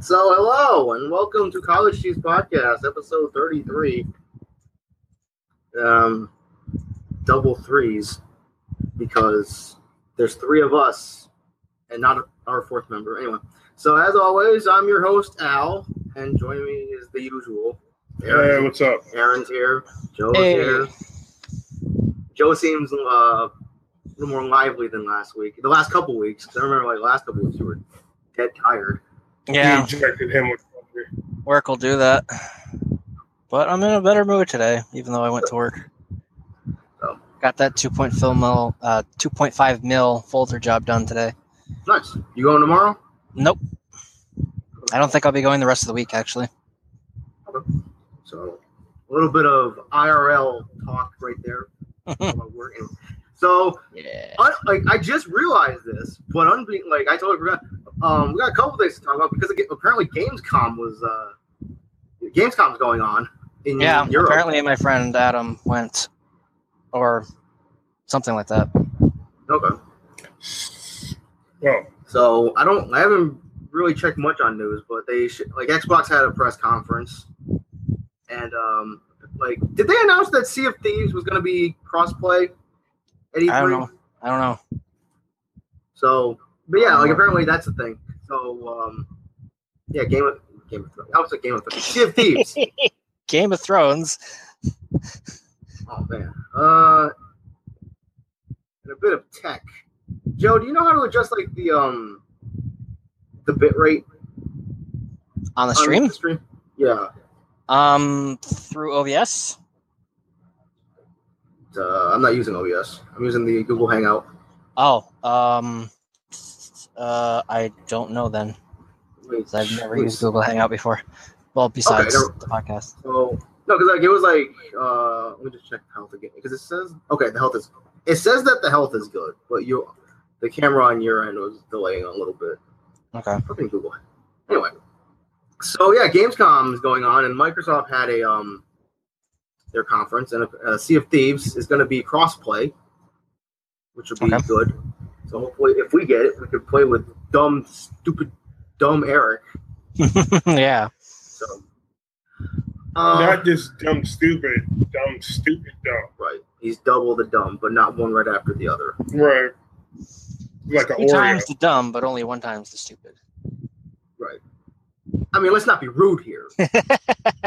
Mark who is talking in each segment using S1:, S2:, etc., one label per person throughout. S1: So, hello and welcome to College Cheese Podcast, episode 33. Um, double threes because there's three of us and not our fourth member. Anyway, so as always, I'm your host, Al, and joining me is the usual.
S2: Hey, what's up?
S1: Aaron's here. Joe's here. Joe seems uh, a little more lively than last week. The last couple weeks, 'cause I remember like last couple weeks you were dead tired.
S2: You
S3: Yeah,
S2: ejected him with thunder.
S3: work will do that. But I'm in a better mood today, even though I went to work.
S1: Oh.
S3: Got that 2.5 mil, uh, 2.5 mil folder job done today.
S1: Nice. You going tomorrow?
S3: Nope. I don't think I'll be going the rest of the week, actually.
S1: So a little bit of IRL talk right there about working. So
S3: Yeah.
S1: un- like I just realized this, but unbe- like I totally forgot. Um, we got a couple things to talk about because aga- apparently Gamescom was uh, Gamescom's going on in
S3: Yeah,
S1: Europe.
S3: apparently my friend Adam went, or something like that.
S1: Okay.
S2: Well,
S1: So I don't, I haven't really checked much on news, but they sh- like Xbox had a press conference, and um, like did they announce that Sea of Thieves was going to be crossplay? at
S3: I
S1: E3?
S3: don't know. I don't know.
S1: So, but yeah, like apparently that's the thing. So, um, yeah, Game of Game of Thrones. I was a Game of Thrones. Sea of Thieves.
S3: Game of Thrones.
S1: oh man. Uh, and a bit of tech. Joe, do you know how to adjust like the um the bit rate
S3: On
S1: on
S3: the stream?
S1: the stream? Yeah.
S3: Um, through OBS?
S1: Uh, I'm not using OBS. I'm using the Google Hangout.
S3: Oh, um, uh, I don't know then.
S1: Wait,
S3: 'cause I've never
S1: wait,
S3: used Google Hangout before. Well, besides
S1: never-
S3: the podcast.
S1: So no, because like it was like uh, let me just check health again because it says okay, the health is it says that the health is good, but you the camera on your end was delaying a little bit.
S3: Okay.
S1: Fucking Google. Anyway, so yeah, Gamescom is going on, and Microsoft had a um their conference, and uh, Sea of Thieves is going to be crossplay, which will be
S3: Okay.
S1: good. So hopefully, if we get it, we could play with dumb, stupid, dumb Eric.
S3: yeah.
S1: So. Um,
S2: not just dumb, stupid, dumb, stupid, dumb.
S1: Right. He's double the dumb, but not one right after the other.
S2: Right. Like an
S3: Two
S2: Oreo.
S3: times the dumb, but only one times the stupid.
S1: I mean, let's not be rude here.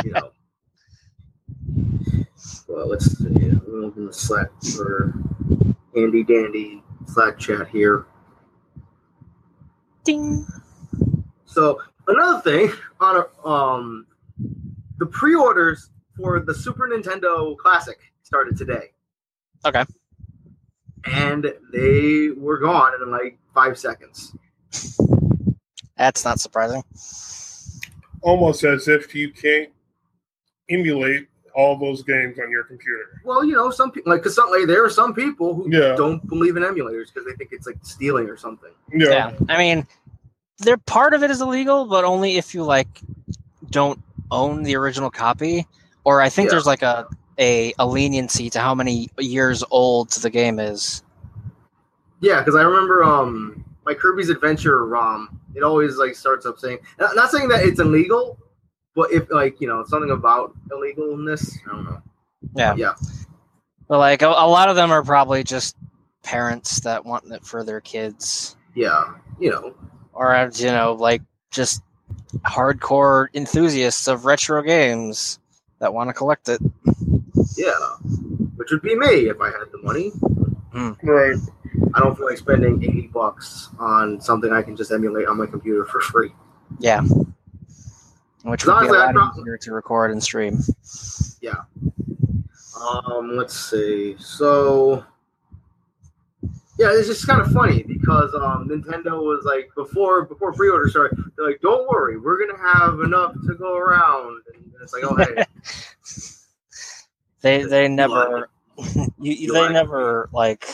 S1: you know. Well, let's see. We'll open the Slack for Andy Dandy Slack chat here.
S3: Ding.
S1: So another thing on a, um the pre-orders for the Super Nintendo Classic started today.
S3: Okay.
S1: And they were gone in like five seconds.
S3: That's not surprising.
S2: Almost as if you can't emulate all those games on your computer.
S1: Well, you know, some people like because like there are some people who
S2: Yeah.
S1: don't believe in emulators because they think it's like stealing or something.
S2: Yeah.
S3: Yeah. I mean, they're part of it is illegal, but only if you like don't own the original copy. Or I think
S1: Yeah.
S3: there's like a, a a leniency to how many years old the game is.
S1: Yeah, because I remember um my Kirby's Adventure ROM. It always like starts up saying not, not saying that it's illegal, but if like you know something about illegalness, I don't know.
S3: Yeah.
S1: Yeah.
S3: But like a, a lot of them are probably just parents that want it for their kids.
S1: Yeah, you know.
S3: or uh, you know like just hardcore enthusiasts of retro games that want to collect it
S1: Yeah, which would be me if I had the money.
S2: Right.
S1: I don't feel like spending eighty bucks on something I can just emulate on my computer for free.
S3: yeah which would be a
S1: Honestly, I
S3: lot
S1: prob-
S3: easier to record and stream
S1: Um, let's see. So, yeah, it's just kind of funny because um, Nintendo was like before before pre-order started, they're like, "Don't worry, we're gonna have enough to go around." And it's like, "Oh, hey,
S3: they they
S1: are-
S3: never you,
S1: you
S3: you, they
S1: are-
S3: never like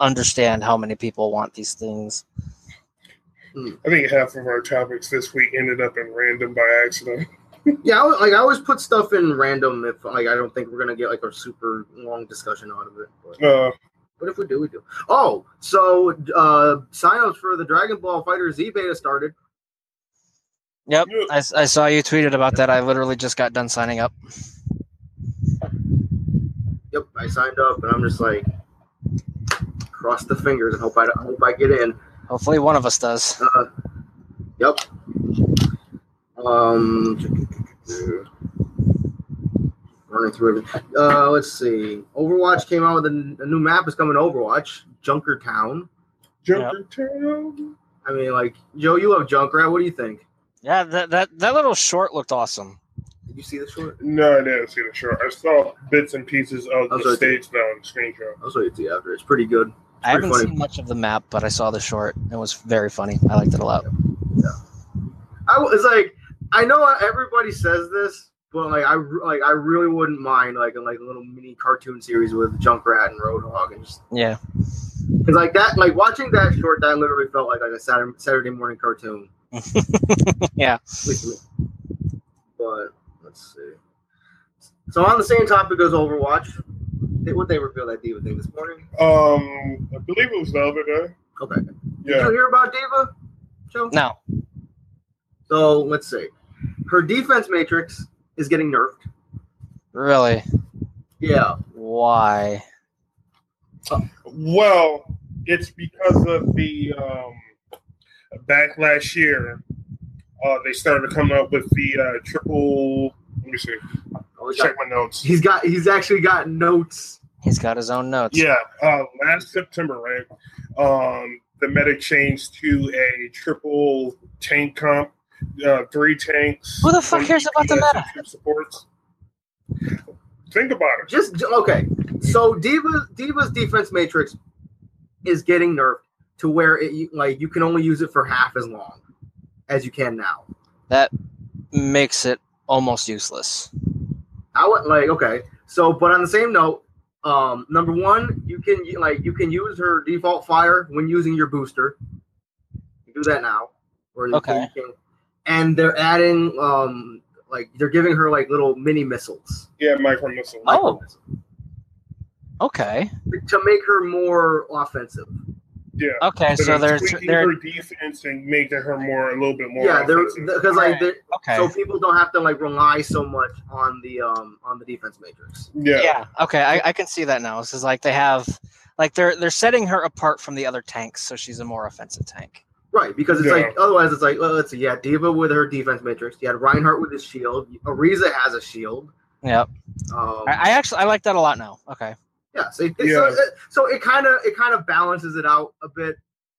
S3: understand how many people want these things
S2: I think half of our topics this week ended up in random by accident.
S1: yeah." I, al- like I always put stuff in random if like I don't think we're gonna get like a super long discussion out of it. But,
S2: Uh,
S1: but if we do, we do. Oh, so uh, signups for the Dragon Ball Fighter Z beta started.
S3: Yep, I, s- I saw you tweeted about that. I literally just got done signing up.
S1: Yep, I signed up, and I'm just like, cross the fingers and hope I hope I get in.
S3: Hopefully, one of us does.
S1: Uh, yep. Um, running through everything. Uh, let's see. Overwatch came out with a, a new map. Is coming to Overwatch Junker Town.
S2: Joker Town.
S1: I mean, like Joe, you love Junkrat. What do you think?
S3: Yeah, that, that, that little short looked awesome.
S1: Did you see the short?
S2: No, I didn't see the short. I saw bits and pieces of
S1: I'm
S2: the
S1: sorry.
S2: stage down screenshot.
S1: I'll show you to you after. It's pretty good.
S3: I haven't
S1: funny.
S3: seen much of the map, but I saw the short. It was very funny. I liked it a lot.
S1: I was like, I know everybody says this, but like I re- like I really wouldn't mind like a, like a little mini cartoon series with Junkrat and Roadhog and just
S3: Yeah.
S1: because like that like watching that short that literally felt like like a Saturday, Saturday morning cartoon.
S3: Yeah.
S1: At least to me. But let's see. So on the same topic as Overwatch, they, what they reveal that Diva thing this morning?
S2: Um, I believe it was the other day.
S1: Okay. Did
S2: Yeah.
S1: you hear about Diva? Joe?
S3: No.
S1: So let's see. Her defense matrix is getting nerfed.
S3: Really?
S1: Yeah.
S3: Why?
S2: Well, it's because of the um, back last year. Uh, they started coming up with the uh, triple. Let me see.
S1: Oh, we got-
S2: Check my notes.
S1: He's got. He's actually got notes.
S3: He's got his own notes.
S2: Yeah, uh, last September, right? Um, the meta changed to a triple tank comp, uh, three tanks.
S3: Who the fuck
S2: one
S3: cares about the
S2: DPS,
S3: meta?
S2: two Supports. Think about it.
S1: Just j- okay. So Diva, Diva's defense matrix is getting nerfed to where it like you can only use it for half as long as you can now.
S3: That makes it almost useless.
S1: I would like okay. So, but on the same note, um, number one, you can like you can use her default fire when using your booster. You do that now, or you
S3: Okay.
S1: can- and they're adding um like they're giving her like little mini missiles.
S2: Yeah, micro missile.
S3: Oh.
S1: micro missiles,
S3: Okay.
S1: To make her more offensive.
S2: Yeah.
S3: Okay.
S2: they're
S3: So there's
S2: tweaking
S3: there.
S2: her defense and making her more a little bit more.
S1: yeah, they're
S2: offensive.
S1: because like
S3: Right.
S1: they're, so
S3: Okay.
S1: people don't have to like rely so much on the um on the defense matrix.
S2: yeah.
S3: Yeah. Okay. I, I can see that now. This is like they have like they're they're setting her apart from the other tanks, so she's a more offensive tank.
S1: Right, because it's
S2: Yeah.
S1: like otherwise it's like well, let's see, yeah, Diva with her defense matrix, you had Reinhardt with his shield, Ariza has a shield.
S3: Yep.
S1: Um,
S3: I, I actually I like that a lot now. Okay.
S1: yeah, so it,
S2: Yeah.
S1: so, it, so it kind of it kind of balances it out a bit.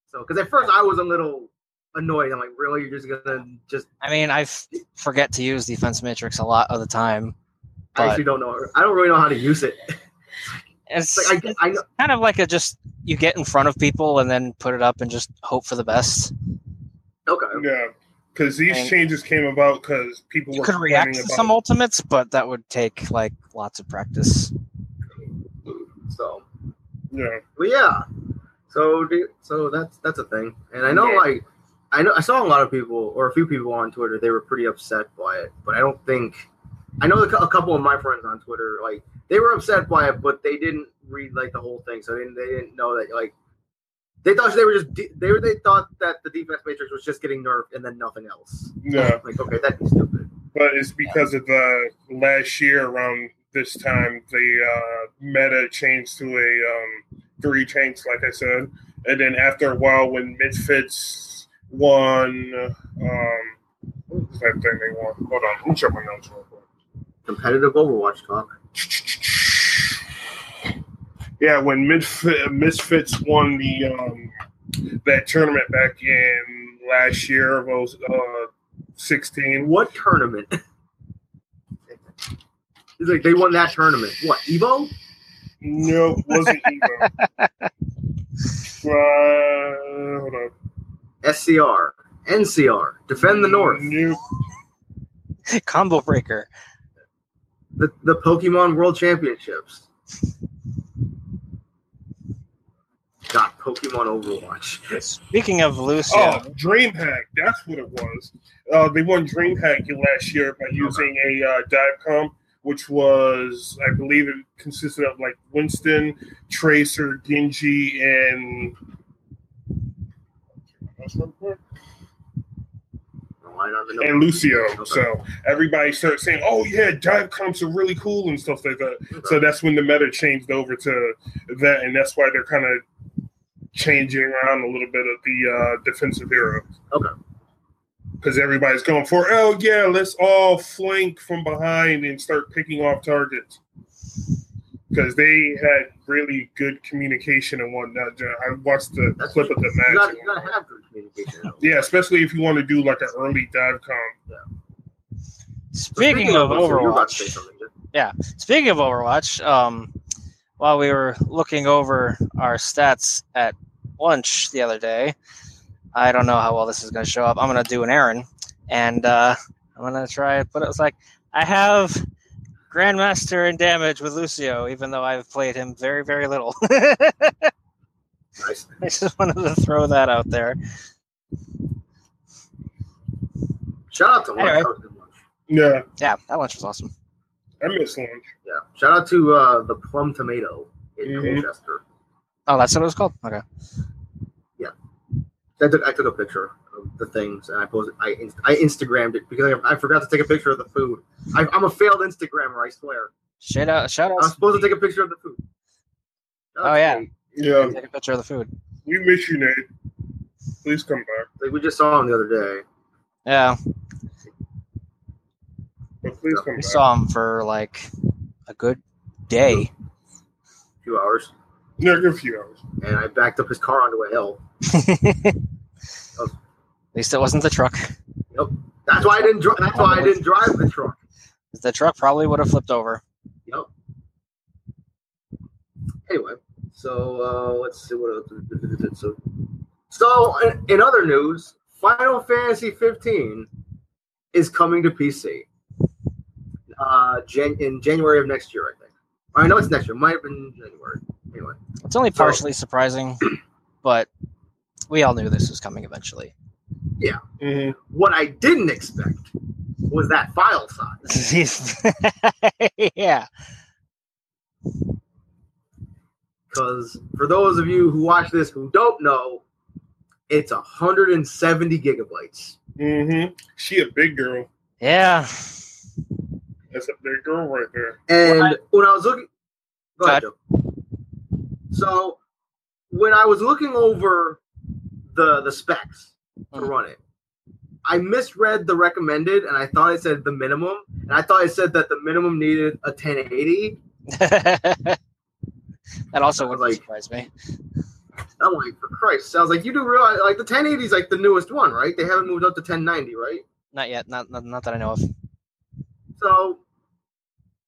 S1: So because at first I was a little annoyed. I'm like, really, you're just gonna just?
S3: I mean, I f- forget to use defense matrix a lot of the time.
S1: I
S3: But-
S1: actually don't know. I don't really know how to use it.
S3: It's,
S1: It's like, I, I know,
S3: it's kind of like a just you get in front of people and then put it up and just hope for the best.
S1: okay,
S2: Yeah. Because these
S3: And-
S2: changes came about because people
S3: You
S2: were
S3: could react
S2: complaining
S3: to
S2: about
S3: some ultimates, but that would take like lots of practice.
S1: so
S2: Yeah.
S1: but yeah, so do- so that's that's a thing. And I know
S2: Yeah.
S1: like I know I saw a lot of people or a few people on Twitter. They were pretty upset by it, but I don't think I know a cou- a couple of my friends on Twitter like they were upset by it, but they didn't read like the whole thing, so they didn't, they didn't know that like. They thought they were just de- they were, they thought that the defense matrix was just getting nerfed and then nothing else.
S2: Yeah.
S1: Like okay, that'd be stupid.
S2: But it's because of the last year around this time, the uh, meta changed to a um, three tanks, like I said. And then after a while, when Misfits won, um, what was that thing they won? Hold on, let me check my notes real quick.
S1: Competitive Overwatch talk.
S2: Yeah, when Midf- Misfits won the um, that tournament back in last year of uh, 16,
S1: What tournament? it's like they won that tournament. What Evo?
S2: No, it wasn't Evo. uh, hold on.
S1: SCR, NCR, Defend the North,
S2: Nope.
S3: Combo breaker.
S1: the, the Pokemon World Championships. Got Pokemon Overwatch.
S3: Speaking of Lucio,
S2: Oh, DreamHack. That's what it was. Uh, they won DreamHack last year by using a uh, dive comp, which was, I believe, it consisted of like Winston, Tracer, Genji, and.
S1: Oh, might not know.
S2: and Lucio.
S1: Okay.
S2: So everybody started saying, "Oh yeah, dive comps are really cool and stuff like that." So that's when the meta changed over to that, and that's why they're kind of changing around a little bit of the uh, defensive hero.
S1: Okay.
S2: Because everybody's going for, oh yeah, let's all flank from behind and start picking off targets. Because they had really good communication and whatnot. I watched the
S1: That's
S2: clip of the match.
S1: You gotta,
S2: and
S1: you gotta have good communication. though.
S2: yeah, especially if you want to do like an early dive comp.
S3: Speaking, of
S1: which, you were about to say
S3: Overwatch,
S1: something, Jim.
S3: speaking of Overwatch, um, while we were looking over our stats at lunch the other day, I don't know how well this is going to show up. I'm going to do an errand, and uh, I'm going to try. But it was like I have Grandmaster in damage with Lucio, even though I've played him very, very little.
S1: Nice.
S3: I just wanted to throw that out there.
S1: Shout out to lunch.
S3: Anyway.
S1: That was good lunch.
S2: Yeah,
S3: Yeah, that lunch was awesome.
S2: I miss lunch.
S1: Yeah. Shout out to uh, the Plum Tomato in
S2: Mhm.
S1: Colchester.
S3: Oh, that's what it was called. Okay.
S1: I took, I took a picture of the things and I posted. I inst- I Instagrammed it because I, I forgot to take a picture of the food. I, I'm a failed Instagrammer. I swear.
S3: Shout out! Shout
S1: I'm
S3: out!
S1: supposed to take a picture of the food. Shout out
S3: Oh,
S1: to
S3: yeah.
S1: Nate.
S2: Yeah,
S3: Take a picture of the food.
S2: we miss you, Nate. Please come back.
S1: Like we just saw him the other day.
S3: Yeah,
S2: But please come
S3: we
S2: back.
S3: saw him for like a good day.
S1: Two hours,
S2: No, give a few hours.
S1: and I backed up his car onto a hill.
S3: At least it wasn't the truck.
S1: That's why I didn't. Dri- that's why I didn't drive the truck.
S3: 'Cause The truck probably would have flipped over.
S1: Yep. Anyway, so uh, let's see what else. So, so in, in other news, Final Fantasy 15 is coming to PC uh, Jan- in January of next year, I think. I know it's next year. Might have been January. Anyway,
S3: It's only
S1: So-
S3: partially surprising, but we all knew this was coming eventually.
S2: Mhm.
S1: what I didn't expect was that file size.
S3: yeah,
S1: Because for those of you who watch this who don't know, it's 170 gigabytes.
S2: Mhm. She a big girl.
S3: yeah.
S2: That's a big girl right there.
S1: And
S3: Well, I-
S1: when I was looking, go ahead,
S3: Go
S1: Joe. So when I was looking over the the specs to
S3: Mhm.
S1: run it, I misread the recommended, and I thought it said the minimum, and I thought it said that the minimum needed a 1080.
S3: that also wouldn't
S1: Like-
S3: surprise me.
S1: I'm like, for Christ! Sounds like you do realize like the 1080 is like the newest one, right? They haven't moved up to 1090, right?
S3: Not yet. Not not, not that I know of.
S1: So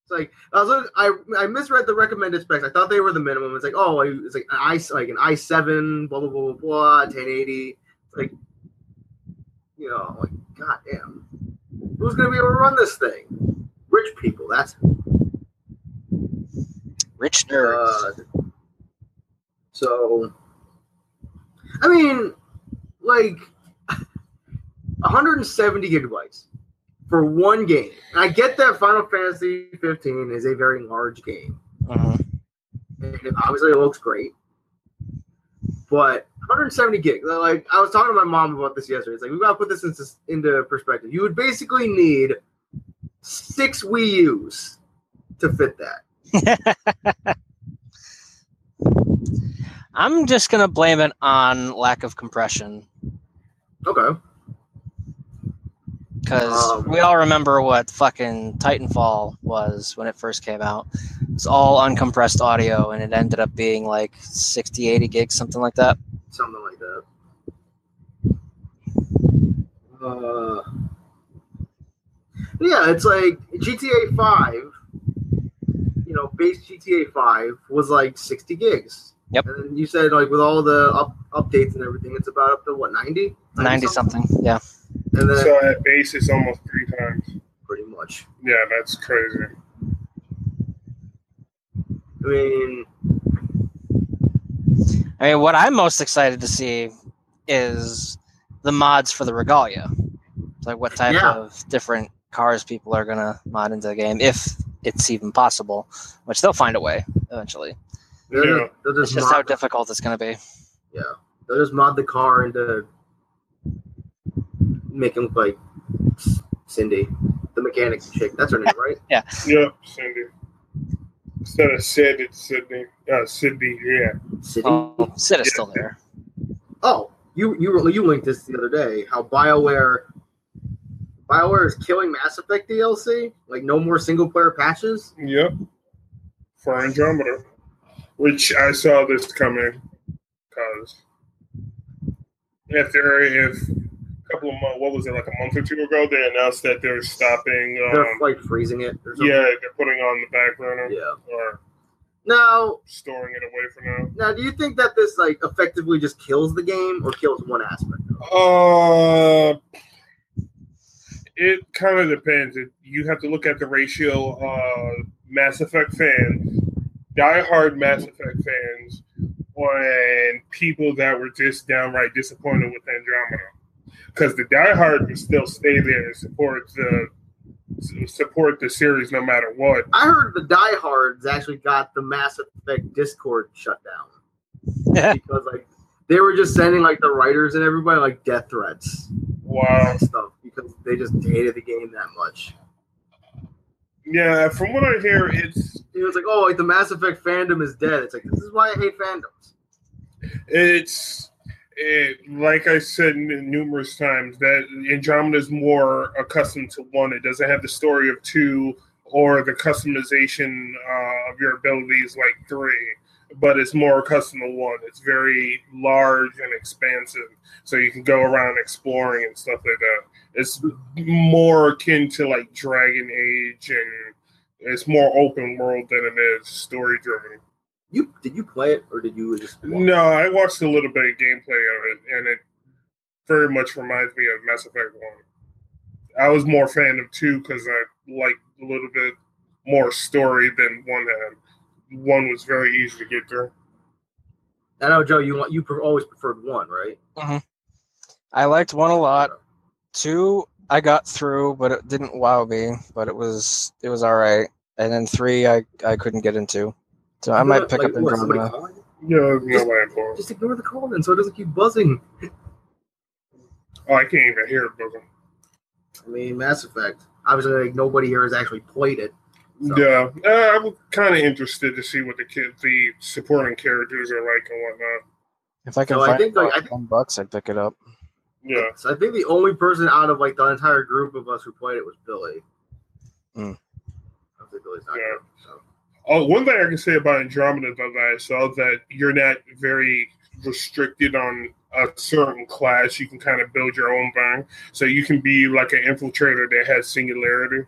S1: it's like I was look- I I misread the recommended specs. I thought they were the minimum. It's like oh, it's like an i like an i seven, blah blah blah blah blah, 1080. It's like you know, like god damn, who's gonna be able to run this thing? Rich people. That's
S3: Rich nerds.
S1: uh, so. I mean, like 170 gigabytes for one game. And I get that Final Fantasy 15 is a very large game.
S3: Mhm.
S1: and it- obviously it looks great. But 170 gig, like I was talking to my mom about this yesterday. It's like we gotta put this into, into perspective. You would basically need six Wii U's to fit that.
S3: I'm just gonna blame it on lack of compression.
S1: Okay,
S3: because
S1: Um,
S3: we all remember what fucking Titanfall was when it first came out. It's all uncompressed audio, and it ended up being like 60, 80 gigs, something like that.
S1: something like that. Uh, yeah, it's like GTA 5. You know, base GTA 5 was like 60 gigs.
S3: Yep.
S1: And then you said like with all the up, updates and everything, it's about up to what 90,
S3: 90 something, yeah.
S1: and then
S2: So at base, it's almost three times.
S1: pretty much.
S2: Yeah, that's crazy.
S1: I mean,
S3: I mean, what I'm most excited to see is the mods for the Regalia. Like, what type
S1: Yeah.
S3: of different cars people are going to mod into the game, if it's even possible, which they'll find a way eventually.
S1: they'll
S2: Yeah.
S1: just, they'll
S3: It's
S1: just
S3: just how
S1: mod,
S3: difficult it's going to be.
S1: they'll just mod the car into make him like Cindy, the mechanic chick. That's her name, right?
S2: Yep, Cindy. Instead of Sid, it's Sydney. Uh, Sydney, yeah.
S1: Cindy.
S2: Um,
S3: Oh, Sid is still there.
S1: Oh, you you you linked this the other day. How Bioware Bioware is killing Mass Effect DLC. Like no more single player patches.
S2: Yep. For Andromeda, which I saw this coming because after if a couple of months, what was it, like a month or two ago, they announced that they're stopping.
S1: They're
S2: Um,
S1: like freezing it. Or something.
S2: yeah, they're putting on the back burner
S1: Yeah.
S2: or
S1: Now,
S2: storing it away for now.
S1: now, do you think that this like effectively just kills the game or kills one aspect? of it?
S2: Uh, it kind of depends. It, you have to look at the ratio. Uh, Mass Effect fans, diehard Mass Effect fans, and people that were just downright disappointed with Andromeda, because the diehard would still stay there and support the support the series no matter what.
S1: I heard the diehards actually got the Mass Effect Discord shut down. because like they were just sending like the writers and everybody like death threats
S2: Wow.
S1: and stuff because they just hated the game that much.
S2: Yeah, from what I hear, it's
S1: It was like, oh, like the Mass Effect fandom is dead. It's like this is why I hate fandoms.
S2: It's it, like I said n- numerous times that Andromeda is more accustomed to one. It doesn't have the story of two or the customization uh, of your abilities like three, but it's more accustomed to one. It's very large and expansive, so you can go around exploring and stuff like that. It's more akin to like Dragon Age, and it's more open world than it is story driven.
S1: You did you play it or did you just watch?
S2: No, I watched a little bit of gameplay of it, and it very much reminds me of Mass Effect One. I was more fan of two because I liked a little bit more story than one had. One was very easy to get through.
S1: I know Joe, you want you pre- always preferred one, right?
S3: I liked one a lot. Two, I got through, but it didn't wow me. But it was it was all right. And then three, I I couldn't get into. So I might pick
S1: Like,
S3: up
S1: what, somebody
S3: Andromeda.
S1: calling?
S2: Yeah, there's no way for it.
S1: Just ignore the call then, so it doesn't keep buzzing.
S2: Oh, I can't even hear it, brother.
S1: I mean, Mass Effect. Obviously, like nobody here has actually played it. So.
S2: Yeah, uh, I'm kind of interested to see what the kid, the supporting characters are like and whatnot.
S3: If I can
S1: So I
S3: find
S1: think, like,
S3: it for
S1: I think-
S3: ten bucks, I'd pick it up.
S2: Yeah,
S1: So I think the only person out of like the entire group of us who played it was Billy.
S3: Mm.
S1: Obviously, Billy's not
S2: Yeah.
S1: here, so.
S2: Oh, one thing I can say about Andromeda though that I saw that you're not very restricted on a certain class. You can kind of build your own thing, so you can be like an infiltrator that has singularity,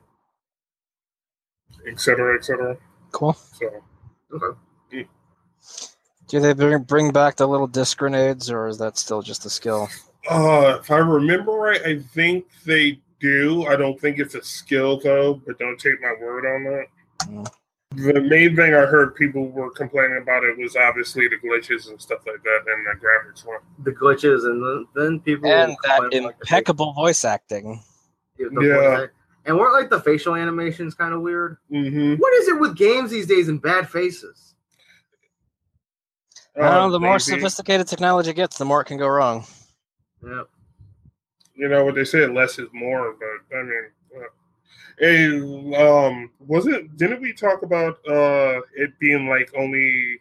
S2: et cetera, et cetera.
S3: Cool.
S2: So
S3: Do they bring bring back the little disc grenades, or is that still just a skill?
S2: Uh, if I remember right, I think they do. I don't think it's a skill though, but don't take my word on that.
S3: Mm.
S2: The main thing I heard people were complaining about it was obviously the glitches and stuff like that, and the graphics one.
S1: the glitches, and then- then people
S3: And that
S1: complain about the
S3: impeccable voice acting.
S1: facial- the voice
S2: Yeah.
S1: act- and weren't like the facial animations kind of weird?
S2: Mm-hmm.
S1: What is it with games these days and bad faces? Oh,
S3: I don't know, the more
S2: Uh, maybe.
S3: sophisticated technology gets, the more it can go wrong.
S1: Yeah,
S2: you know what they say, less is more. But I mean, uh, and, um, was it? Didn't we talk about uh it being like only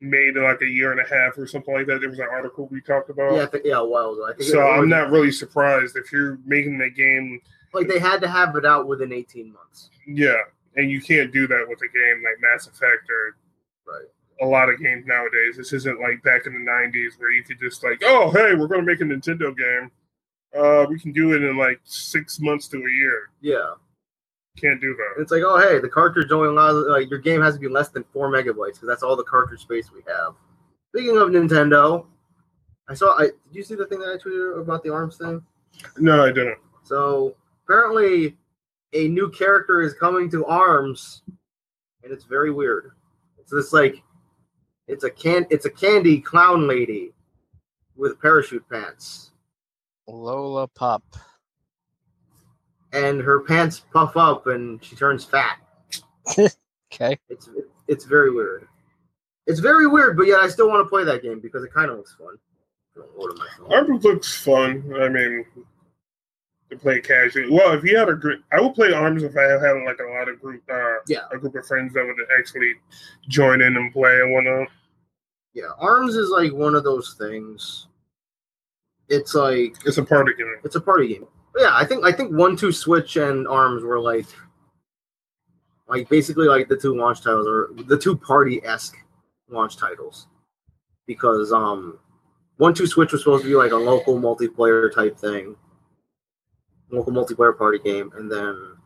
S2: made in like a year and a half or something like that? There was an article we talked about.
S1: yeah, I think, yeah, a while ago. I think
S2: So
S1: it was-
S2: I'm not really surprised if you're making the game,
S1: like they had to have it out within eighteen months,
S2: yeah, and you can't do that with a game like Mass Effect or
S1: right?
S2: a lot of games nowadays. This isn't like back in the '90s where you could just like, oh, hey, we're going to make a Nintendo game. Uh, we can do it in like six months to a year.
S1: Yeah,
S2: Can't do that.
S1: and it's like, oh hey, the cartridge only allows like your game has to be less than four megabytes because that's all the cartridge space we have. Speaking of Nintendo, I saw. I did you see the thing that I tweeted about the arms thing?
S2: No, I didn't.
S1: So apparently, a new character is coming to arms, and it's very weird. It's this like, it's a can, it's a candy clown lady with parachute pants,
S3: Lola Pop.
S1: and her pants puff up, and she turns fat.
S3: Okay.
S1: It's it's very weird. It's very weird, but yet I still want to play that game because it kind of looks fun. Don't order my phone.
S2: Arbor looks fun. I mean, to play casually. Well, if you had a group, I would play Arms if I had like a lot of group, uh,
S1: Yeah.
S2: a group of friends that would actually join in and play and whatnot.
S1: Yeah, Arms is like one of those things. It's like
S2: It's a party game.
S1: it's a party game. But yeah, I think I think one two switch and arms were like like basically like the two launch titles or the two party esque launch titles. Because um one two switch was supposed to be like a local multiplayer type thing. Local multiplayer party game and then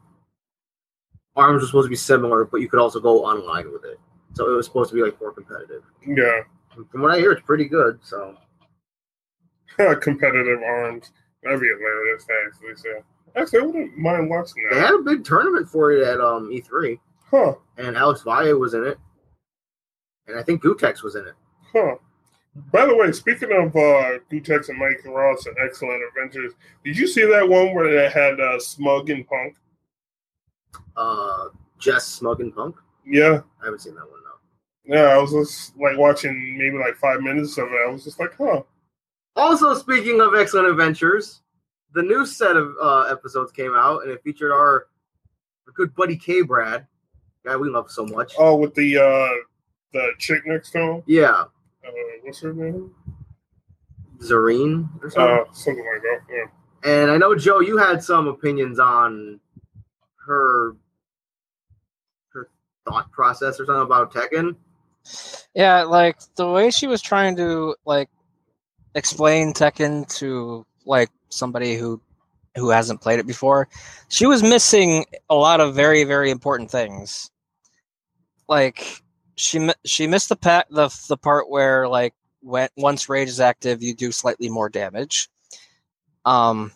S1: Arms was supposed to be similar, but you could also go online with it. So it was supposed to be like more competitive.
S2: Yeah,
S1: From what I hear, it's pretty good. So
S2: competitive Arms. That'd be hilarious, actually. So actually, I wouldn't mind watching
S1: they
S2: that.
S1: had a big tournament for it at um E3.
S2: Huh?
S1: and Alex Valle was in it, and I think Gutex was in it.
S2: Huh. By the way, speaking of uh, Gutex and Mike Ross and Excellent Adventures, did you see that one where they had uh, Smug and Punk?
S1: Uh, Jess Smug and Punk.
S2: Yeah,
S1: I haven't seen that one though.
S2: yeah. I was just like watching maybe like five minutes of it. I was just like, huh.
S1: Also, speaking of excellent adventures, the new set of uh, episodes came out, and it featured our good buddy K Brad, guy we love so much.
S2: Oh, with the uh the chick next to him.
S1: Yeah,
S2: Uh, what's her name?
S1: Zareen or something.
S2: Uh, something like that. Yeah.
S1: and I know Joe, you had some opinions on her her thought process or something about Tekken.
S3: Yeah, like the way she was trying to like explain Tekken to like somebody who who hasn't played it before, she was missing a lot of very very important things. Like she mi- she missed the pa- the the part where like when once rage is active, you do slightly more damage. Um,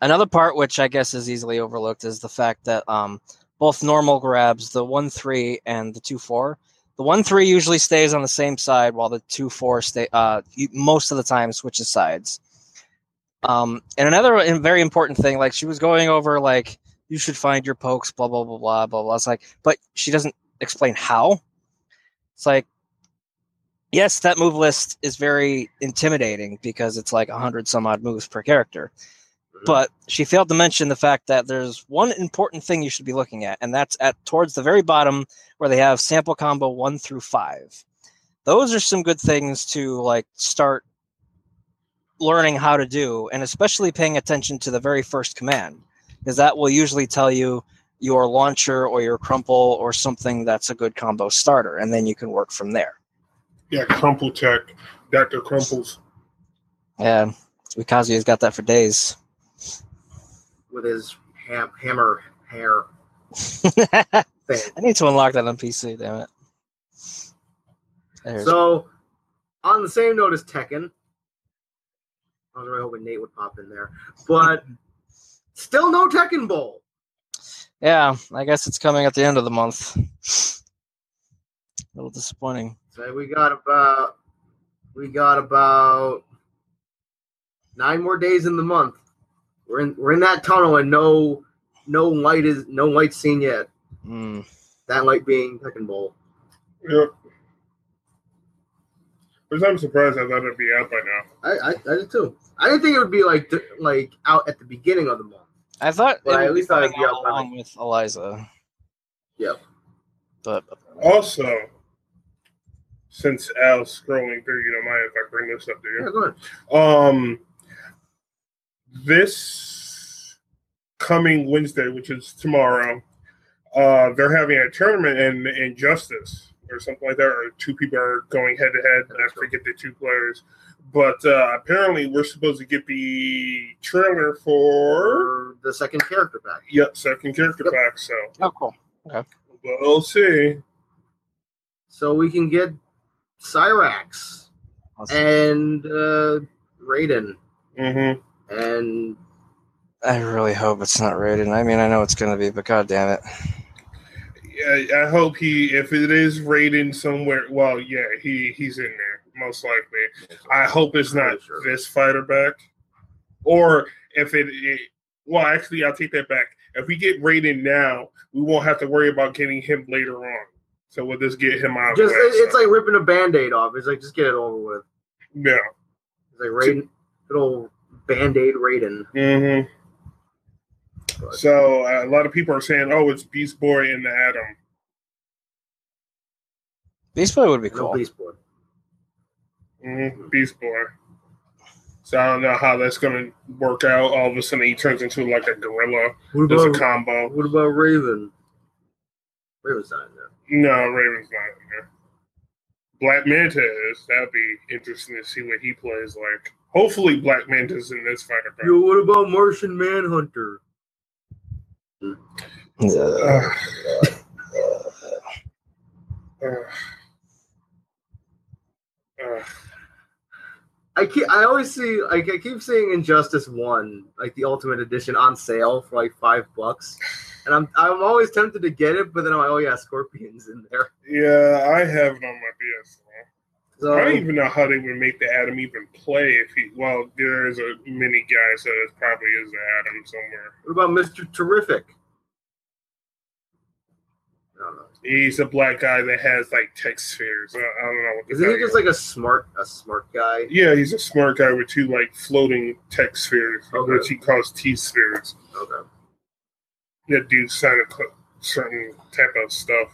S3: another part which I guess is easily overlooked is the fact that um both normal grabs, the one three and the two four, the one three usually stays on the same side, while the two four stay uh, you- most of the time switches sides. Um, and another im- very important thing, like she was going over, like you should find your pokes, blah blah blah blah blah. blah. It's like, but she doesn't explain how. It's like, yes, that move list is very intimidating because it's like hundred some odd moves per character. But she failed to mention the fact that there's one important thing you should be looking at, and that's at towards the very bottom where they have sample combo one through five. Those are some good things to like start learning how to do, and especially paying attention to the very first command, because that will usually tell you your launcher or your crumple or something that's a good combo starter, and then you can work from there.
S2: Yeah, Crumple Tech, Doctor Crumples.
S3: Yeah, Wikazi has got that for days.
S1: with his ham- hammer hair
S3: I
S1: thing.
S3: need to unlock that on PC. Damn it. There's-
S1: So, on the same note as Tekken, I was really hoping Nate would pop in there, but still no Tekken Bowl.
S3: Yeah, I guess it's coming at the end of the month. A little disappointing.
S1: So we got about we got about nine more days in the month. We're in we're in that tunnel and no no light is no light seen yet.
S3: Mm.
S1: That light being Tekken Bowl.
S2: Yep. Which I'm surprised I thought it'd be out by now.
S1: I, I, I did too. I didn't think it would be like th- like out at the beginning of the month.
S3: I thought
S1: Well,
S3: it
S1: at
S3: would be
S1: least I'd
S3: coming
S1: be
S3: out
S1: up by-
S3: along with Eliza.
S1: Yep.
S3: But
S2: Also, since Al's scrolling through, you don't mind if I bring this up to you.
S1: Yeah, go ahead.
S2: Um, this coming Wednesday, which is tomorrow, uh, they're having a tournament in Injustice or something like that, or two people are going head to head. I
S1: That's right.
S2: forget the two players, but uh, apparently we're supposed to get the trailer for
S1: Or the second character back.
S2: yep second character
S1: Yep.
S2: pack. So
S3: oh, cool.
S2: we'll see.
S1: so we can get Cyrax and uh, Raiden
S2: Mm-hmm.
S1: and
S3: I really hope it's not rated. I mean, I know it's going to be, but god damn it.
S2: Yeah, I hope he, if it is rated somewhere, well, yeah, he he's in there most likely. I hope it's not
S1: Pretty sure.
S2: this fighter back. Or if it, it well, actually, I'll take that back. If we get Raiden now, we won't have to worry about getting him later on. So we'll just get him out.
S1: just
S2: of the way,
S1: it- it's
S2: so-
S1: like ripping a band-aid off. It's like just get it over with.
S2: yeah.
S1: It's like Raiden, good old band-aid Raiden.
S2: Mm-hmm.
S1: But
S2: So uh, a lot of people are saying, "Oh, it's Beast Boy and the Atom."
S3: Beast Boy would be
S1: no
S3: cool.
S1: Beast Boy.
S2: Mhm, Beast Boy. So I don't know how that's going to work out. All of a sudden, he turns into like a gorilla.
S1: What
S2: There's a
S1: about,
S2: combo.
S1: what about Raven? Raven's not in there.
S2: No, Raven's not in there. Black Manta is. That'd be interesting to see what he plays like. Hopefully, Black Manta's in this fighter.
S1: Yo, what about Martian Manhunter?
S2: Uh, uh, uh,
S1: I keep, I always see like I keep seeing Injustice One, like the Ultimate Edition, on sale for like five bucks, and I'm I'm always tempted to get it, but then I'm like, oh yeah, Scorpion's in there.
S2: yeah, I have it on my PS4.
S1: So
S2: I don't even know how they would make the Atom even play if he. Well, there is a mini guy, so it probably is the Atom somewhere.
S1: what about Mister Terrific? I don't know.
S2: He's a black guy that has like tech spheres. I, I don't know what. to
S1: Isn't
S2: tell
S1: he just
S2: you.
S1: like a smart a smart guy?
S2: Yeah, he's a smart guy with two like floating tech spheres,
S1: Okay.
S2: which he calls T spheres.
S1: Okay.
S2: That do certain certain type of stuff.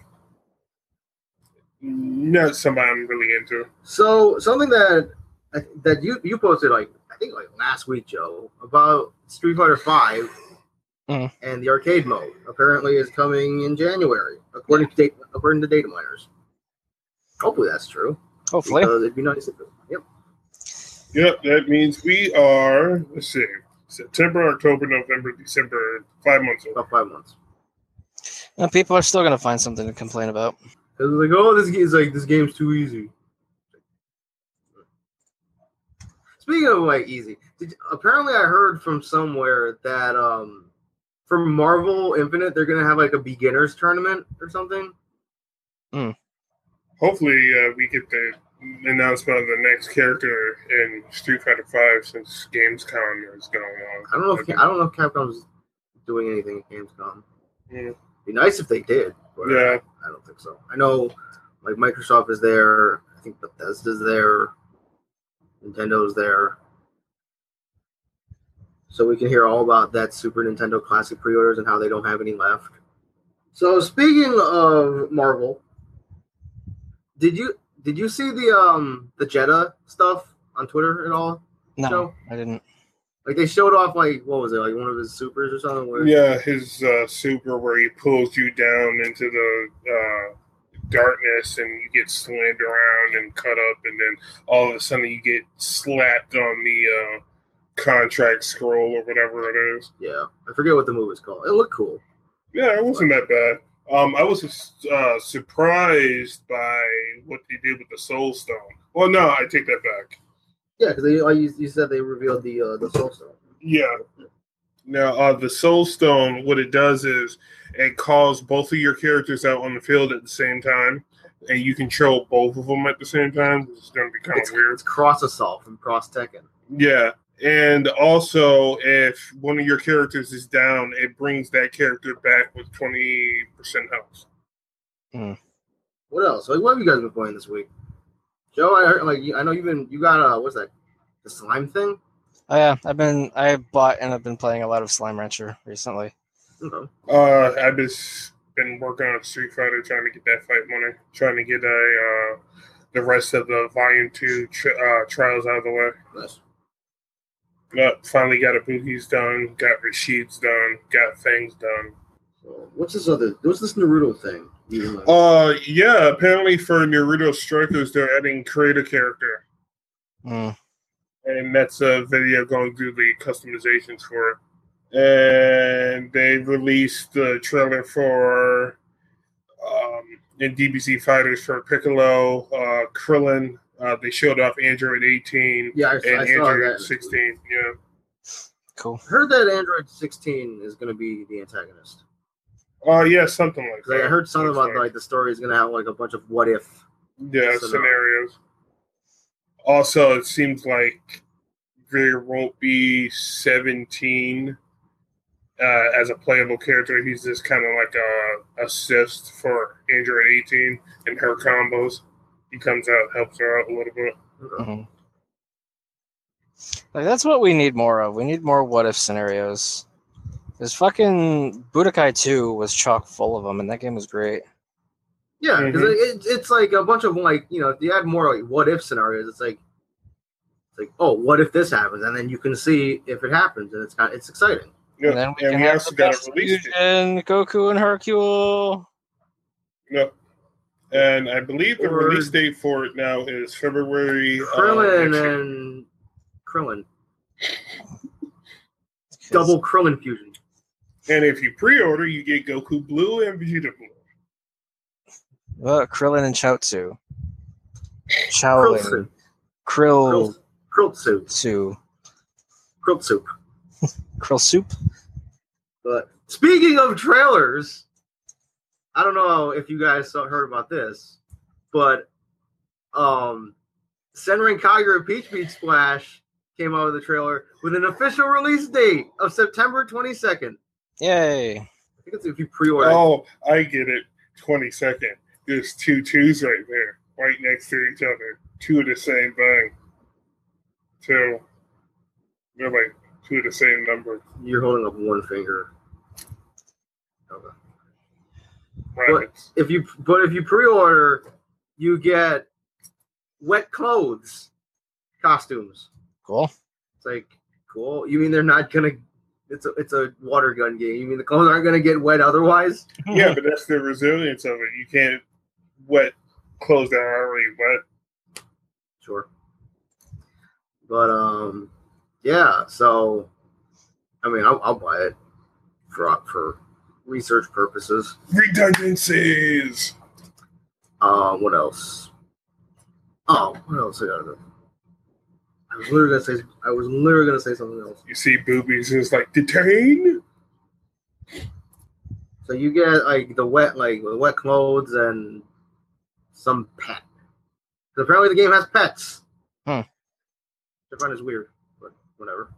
S2: Not somebody I'm really into.
S1: So something that that you you posted like I think like last week, Joe, about Street Fighter Five
S3: Mhm.
S1: and the arcade mode apparently is coming in January, according to date, according to data miners. Hopefully that's true.
S3: Hopefully.
S1: because it'd be nice if it, yep.
S2: Yep, that means we are. Let's see. September, October, November, December, five months away.
S1: About five months.
S3: And people are still going to find something to complain about.
S1: Because like, oh, this game's like this game's too easy. Speaking of like easy, did, apparently I heard from somewhere that um, from Marvel Infinite they're gonna have like a beginners tournament or something.
S2: Hopefully, uh, we get the announcement of the next character in Street Fighter Five since Gamescom is going on.
S1: I don't know if I don't know if Capcom's doing anything at Gamescom.
S2: Yeah.
S1: Be nice if they did. But
S2: Yeah.
S1: I don't think so. I know like Microsoft is there. I think Bethesda's there. Nintendo's there. So we can hear all about that Super Nintendo Classic pre-orders and how they don't have any left. So speaking of Marvel, did you did you see the um the Jetta stuff on Twitter at all?
S3: No,
S1: So-
S3: I didn't.
S1: Like they showed off like what was it like one of his supers or something? Where,
S2: Yeah, his uh, super where he pulls you down into the uh, darkness and you get slammed around and cut up, and then all of a sudden you get slapped on the uh, contract scroll or whatever it is.
S1: Yeah, I forget what the move is called. It looked cool.
S2: Yeah, it wasn't that bad. Um, I was uh, surprised by what they did with the Soul Stone. Well, no, I take that back.
S1: Yeah, because they like you, you said they revealed the uh, the Soul Stone.
S2: Yeah. Now, uh, the Soul Stone, what it does is it calls both of your characters out on the field at the same time, and you control both of them at the same time, which is going to be kind of
S1: It's,
S2: weird.
S1: it's Cross Assault from Cross Tekken.
S2: Yeah. And also, if one of your characters is down, it brings that character back with 20% health.
S1: What else? Like, what have you guys been playing this week? Joe, I heard, like you- I know you've been you got uh what's that? The slime thing.
S3: Oh, yeah, I've been I bought and I've been playing a lot of Slime Rancher recently.
S1: Okay.
S2: Uh, I've just been working on Street Fighter, trying to get that fight money, trying to get a, uh, the rest of the Volume 2 tri- uh, trials out of the way.
S1: Nice.
S2: Yep, finally got Ibuki's done, got Rashid's done, got things done.
S1: So, what's this other? What's this Naruto thing? You like,
S2: Uh, yeah, apparently for Naruto Strikers, they're adding creator character,
S3: Mm.
S2: and that's a video going through the customizations for it. And they released the trailer for um, in DBC Fighters for Piccolo, uh, Krillin. Uh, they showed off Android 18
S1: yeah, I,
S2: and
S1: I saw
S2: Android
S1: that.
S2: 16. Yeah.
S3: Cool.
S1: Heard that Android 16 is going to be the antagonist.
S2: Oh, yeah, something like
S1: 'Cause
S2: that.
S1: I heard something
S2: Looks
S1: about like the story is going to have like a bunch of what if.
S2: yeah
S1: So-
S2: scenarios. Also, it seems like there won't be seventeen uh, as a playable character. He's just kind of like a assist for Android eighteen and her combos. He comes out, helps her out a little bit.
S1: Okay.
S3: hmm Like that's what we need more of. We need more what if scenarios. This fucking Budokai 2 was chock full of them, and that game was great.
S1: Yeah, because it, it's like a bunch of like you know, if you add more like what if scenarios. It's like, it's like, oh, what if this happens, and then you can see if it happens, and it's kind, it's exciting.
S2: Yeah,
S3: And then we
S2: and
S3: can
S2: we
S3: have
S2: also
S3: the
S2: got
S3: best
S2: it released. it.
S3: Fusion, Goku and Hercule.
S2: No. And I believe the
S1: Or-
S2: release date for it now is February. uh,
S1: Krillin
S2: next year.
S1: and Krillin, double Krillin fusion.
S2: and if you pre-order, you get Goku Blue and Vegeta Blue.
S3: Uh, Krillin and Chaozu. Shaolin.
S1: Krillin,
S3: Krill
S1: Krill soup,
S3: Su.
S1: Krill soup.
S3: Krill Soup?
S1: But speaking of trailers, I don't know if you guys saw, heard about this, but um, Senran Kagura Peach Beach Splash came out with a trailer with an official release date of September 22nd. I
S3: Yay.
S1: think it's if you pre-order.
S2: Oh, I get it. Twenty second. There's two twos right there, right next to each other. Two of the same thing. Two. They're like two of the same number.
S1: You're holding up one finger. Okay.
S2: Rabbits.
S1: If you but if you pre-order, you get wet clothes costumes.
S3: Cool.
S1: It's like cool. You mean they're not gonna? It's a it's a water gun game. You mean the clothes aren't gonna get wet otherwise?
S2: Yeah, but that's the resilience of it. You can't wet clothes that are already wet.
S1: Sure. But um, yeah. So, I mean, I'll, I'll buy it for for research purposes.
S2: Redundancies.
S1: Uh, what else? Oh, what else I gotta do? I was literally gonna say I was literally gonna say something else.
S2: You see boobies, and it's like detain.
S1: So you get like the wet like the wet clothes and some pet. 'Cause apparently the game has pets.
S3: Hmm.
S1: Which I find is weird, but whatever.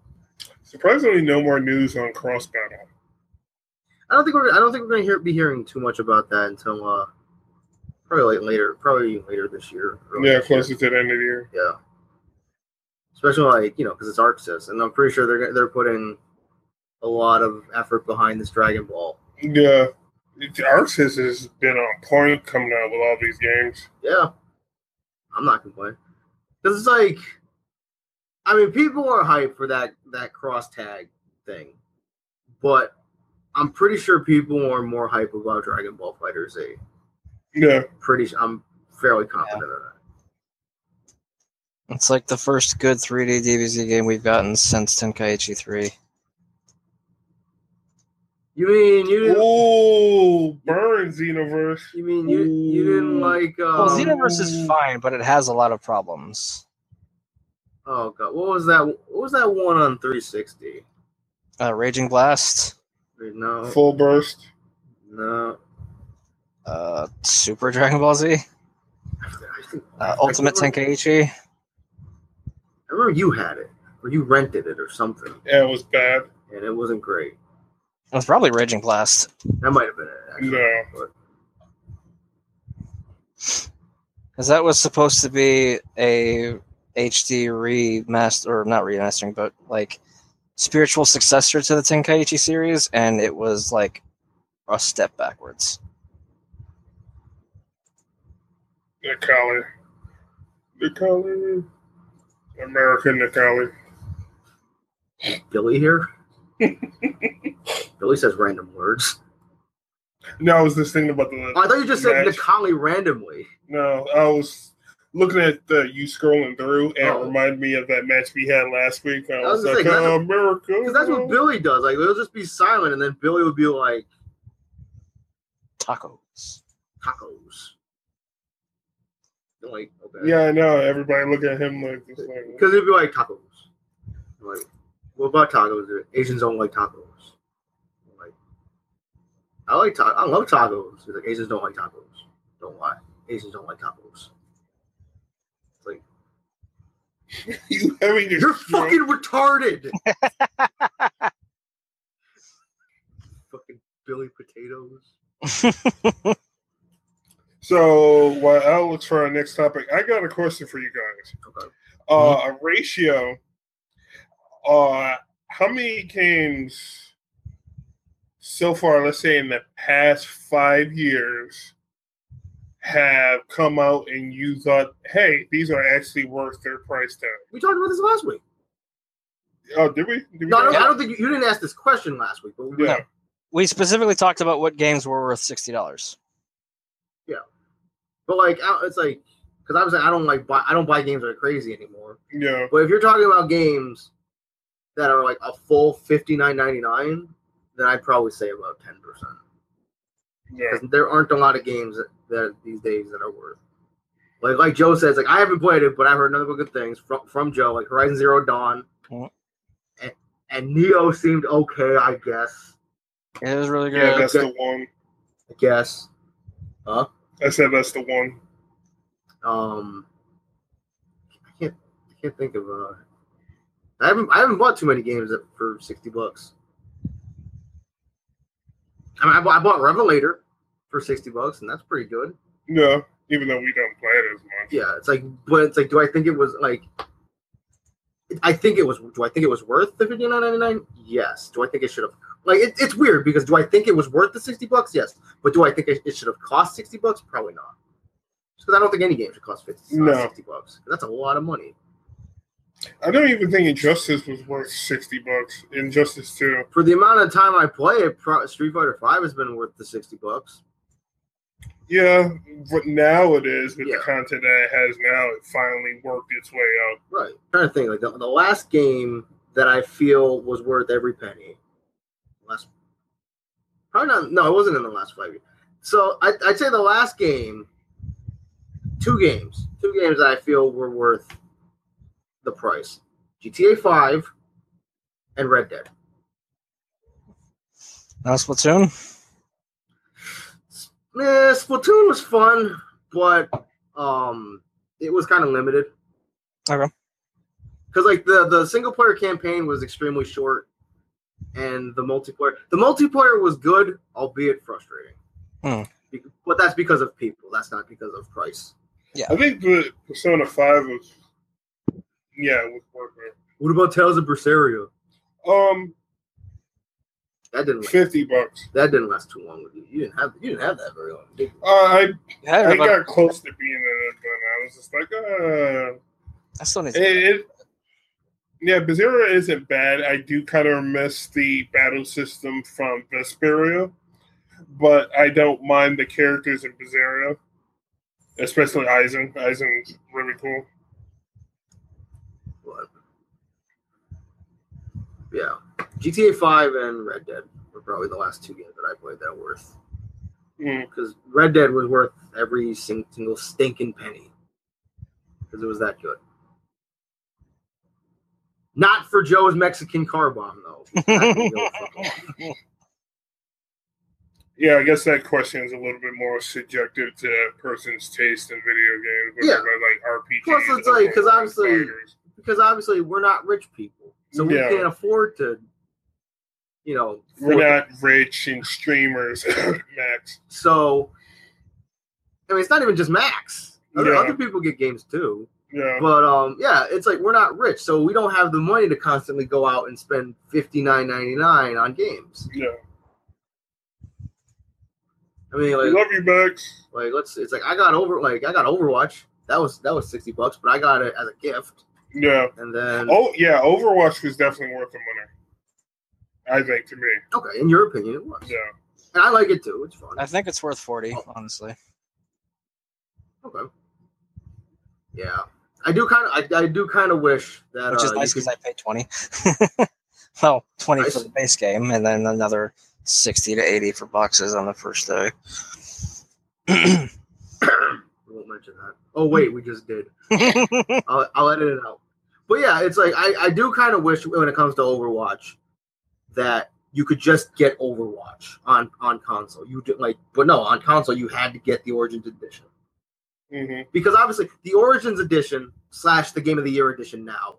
S2: Surprisingly, no more news on Cross Battle.
S1: I don't think we're I don't think we're gonna hear, be hearing too much about that until uh probably like later probably later this year. early
S2: Yeah,
S1: next year.
S2: closer to the end of the year.
S1: Yeah. Especially like you know because it's Arxis, and I'm pretty sure they're they're putting a lot of effort behind this Dragon Ball.
S2: Yeah, Arxis has been on point coming out with all these games.
S1: Yeah, I'm not complaining because it's like, I mean, people are hyped for that that cross tag thing, but I'm pretty sure people are more hype about Dragon Ball Fighters Z.
S2: Yeah,
S1: Pretty, su- I'm fairly confident of that.
S3: It's like the first good 3D DBZ game we've gotten since Tenkaichi 3.
S1: You mean you? Didn't,
S2: ooh, burn Xenoverse.
S1: you mean you? You didn't
S2: Ooh.
S1: like?
S3: Well,
S1: Um,
S3: Xenoverse Oh, is fine, but it has a lot of problems.
S1: oh god, what was that? What was that one on 360?
S3: Uh, Raging Blast,
S1: No,
S2: Full burst.
S1: no.
S3: uh, Super Dragon Ball Z,
S1: I think-
S3: uh, Ultimate
S1: I remember-
S3: Tenkaichi.
S1: I remember you had it, or you rented it, or something,
S2: Yeah, it was bad.
S1: and it wasn't great.
S3: It was probably Raging Blast.
S1: That might have been it. Actually.
S2: No.
S1: But
S3: Because that was supposed to be a HD remaster, or not remastering, but like spiritual successor to the Tenkaichi series, and it was like a step backwards.
S2: Nikali. Nikali. American Nikali.
S1: Billy here. Billy says random words.
S2: No, I was just thinking about the.
S1: Oh, I thought you just said
S2: Match.
S1: Nikali randomly.
S2: No, I was looking at the, you scrolling through, and it
S1: Oh.
S2: reminded me of that match we had last week. I,
S1: I
S2: was,
S1: was gonna
S2: like,
S1: say, 'cause
S2: oh,
S1: that's-
S2: America.
S1: Because that's what Billy does. Like it'll just be silent, and then Billy would be like
S3: Tacos.
S1: tacos. I'm like okay.
S2: Yeah, I know. Everybody look at him like this. Like,
S1: Because it'd be like tacos. I'm like what about tacos? Asians don't like tacos. I'm like I like ta- I love tacos. He's like Asians don't like tacos. Don't lie. Asians don't like tacos.
S2: you having your
S1: You're fucking retarded. fucking Billy Potatoes.
S2: So while Al looks for our next topic, I got a question for you guys.
S1: Okay.
S2: Uh, A ratio. Uh, how many games so far, let's say in the past five years, have come out and you thought, hey, these are actually worth their price tag?
S1: We talked about this last week.
S2: Oh, did we? Did we
S1: No, I
S2: talk
S1: don't, I
S2: about-
S1: don't think you, you didn't ask this question last week, but we,
S2: yeah.
S3: We specifically talked about what games were worth sixty dollars.
S1: but like I- it's like because I was like, I don't like buy I don't buy games that are crazy anymore.
S2: yeah.
S1: But if you're talking about games that are like a full fifty nine ninety nine, then I'd probably say about ten percent.
S2: Yeah.
S1: because there aren't a lot of games that, that these days that are worth. Like like Joe says, like I haven't played it, but I've heard nothing but good things from from Joe. Like Horizon Zero Dawn,
S3: Mhm.
S1: and and Neo seemed okay, I guess.
S3: It was really
S2: Yeah,
S3: good.
S2: that's the one.
S1: I guess.
S2: I said that's the one.
S1: Um, I can't I can't think of. Uh, I haven't I haven't bought too many games that- for sixty bucks. I mean, I bought, I bought Revelator for sixty bucks, and that's pretty good.
S2: No, even though we don't play it as much.
S1: yeah it's like but it's like do i think it was like i think it was do i think it was worth the 59.99 yes do i think it should have like it, it's weird because do i think it was worth the 60 bucks yes but do i think it, it should have cost 60 bucks probably not because i don't think any game should cost 50
S2: No.
S1: 60 bucks that's a lot of money
S2: I don't even think Injustice was worth sixty bucks. Injustice Two.
S1: for the amount of time i play it pro- street fighter 5 has been worth the 60 bucks
S2: Yeah, but now it is with
S1: Yeah.
S2: the content that it has now. It finally worked its way up.
S1: right trying to think like the, the last game that i feel was worth every penny last probably not no it wasn't in the last five years so I, i'd say the last game two games two games that i feel were worth the price gta 5 and red dead
S3: Now Splatoon.
S1: Eh, splatoon was fun but um it was kind of limited
S3: Okay.
S1: because like the the single player campaign was extremely short and the multiplayer the multiplayer was good albeit frustrating
S3: Hmm.
S1: Be- but that's because of people that's not because of price
S2: I think the Persona Five was. Yeah, it was worth it.
S1: what about tales of berseria
S2: Um,
S1: that didn't last,
S2: fifty bucks.
S1: that didn't last too long you didn't have you didn't have that very long did you?
S2: Uh, I
S3: Yeah, I,
S2: I
S3: heard about-
S2: got close to being in it, but I was just like, uh,
S3: I still need. To-
S2: it, it yeah, Bezira isn't bad. I do kind of miss the battle system from Vesperia, but I don't mind the characters in Bezira, especially Aizen. Aizen's really cool.
S1: But- yeah gta 5 and red dead were probably the last two games that i played that were worth
S2: Mm.
S1: because red dead was worth every sing- single stinking penny because it was that good not for joe's mexican car bomb though Not gonna go for it.
S2: Yeah, I guess that question is a little bit more subjective to a person's taste in video games, whether
S1: Yeah.
S2: they like RPGs.
S1: Plus, it's
S2: or
S1: like- 'cause
S2: World War
S1: obviously-
S2: fighters.
S1: because obviously we're not rich people so we
S2: Yeah.
S1: can't afford to you know
S2: we're
S1: afford-
S2: not rich and streamers, Max.
S1: so i mean it's not even just max other,
S2: Yeah.
S1: other people get games too
S2: Yeah.
S1: but um yeah it's like we're not rich so we don't have the money to constantly go out and spend 59.99 on games
S2: Yeah.
S1: i mean
S2: We
S1: like
S2: love you, Max.
S1: Like let's it's like I got over like I got Overwatch. That was that was sixty bucks, but I got it as a gift.
S2: Yeah.
S1: And then
S2: Oh, yeah. Overwatch was definitely worth the money. I think to me.
S1: okay, in your opinion it was.
S2: Yeah.
S1: And I like it too, it's fun.
S3: I think it's worth forty, honestly.
S1: Okay. Yeah. I do kinda I, I do kinda wish that
S3: which is
S1: uh,
S3: nice
S1: you
S3: because
S1: could-
S3: I paid twenty. well, twenty
S1: Nice.
S3: for the base game, and then another sixty to eighty for boxes on the first day.
S1: we won't mention that. Oh wait, we just did. I'll, I'll edit it out. But yeah, it's like I, I do kind of wish when it comes to Overwatch that you could just get Overwatch on on console. You did like, but no, on console you had to get the Origins Edition
S2: hmm
S1: because obviously the Origins Edition slash the Game of the Year Edition now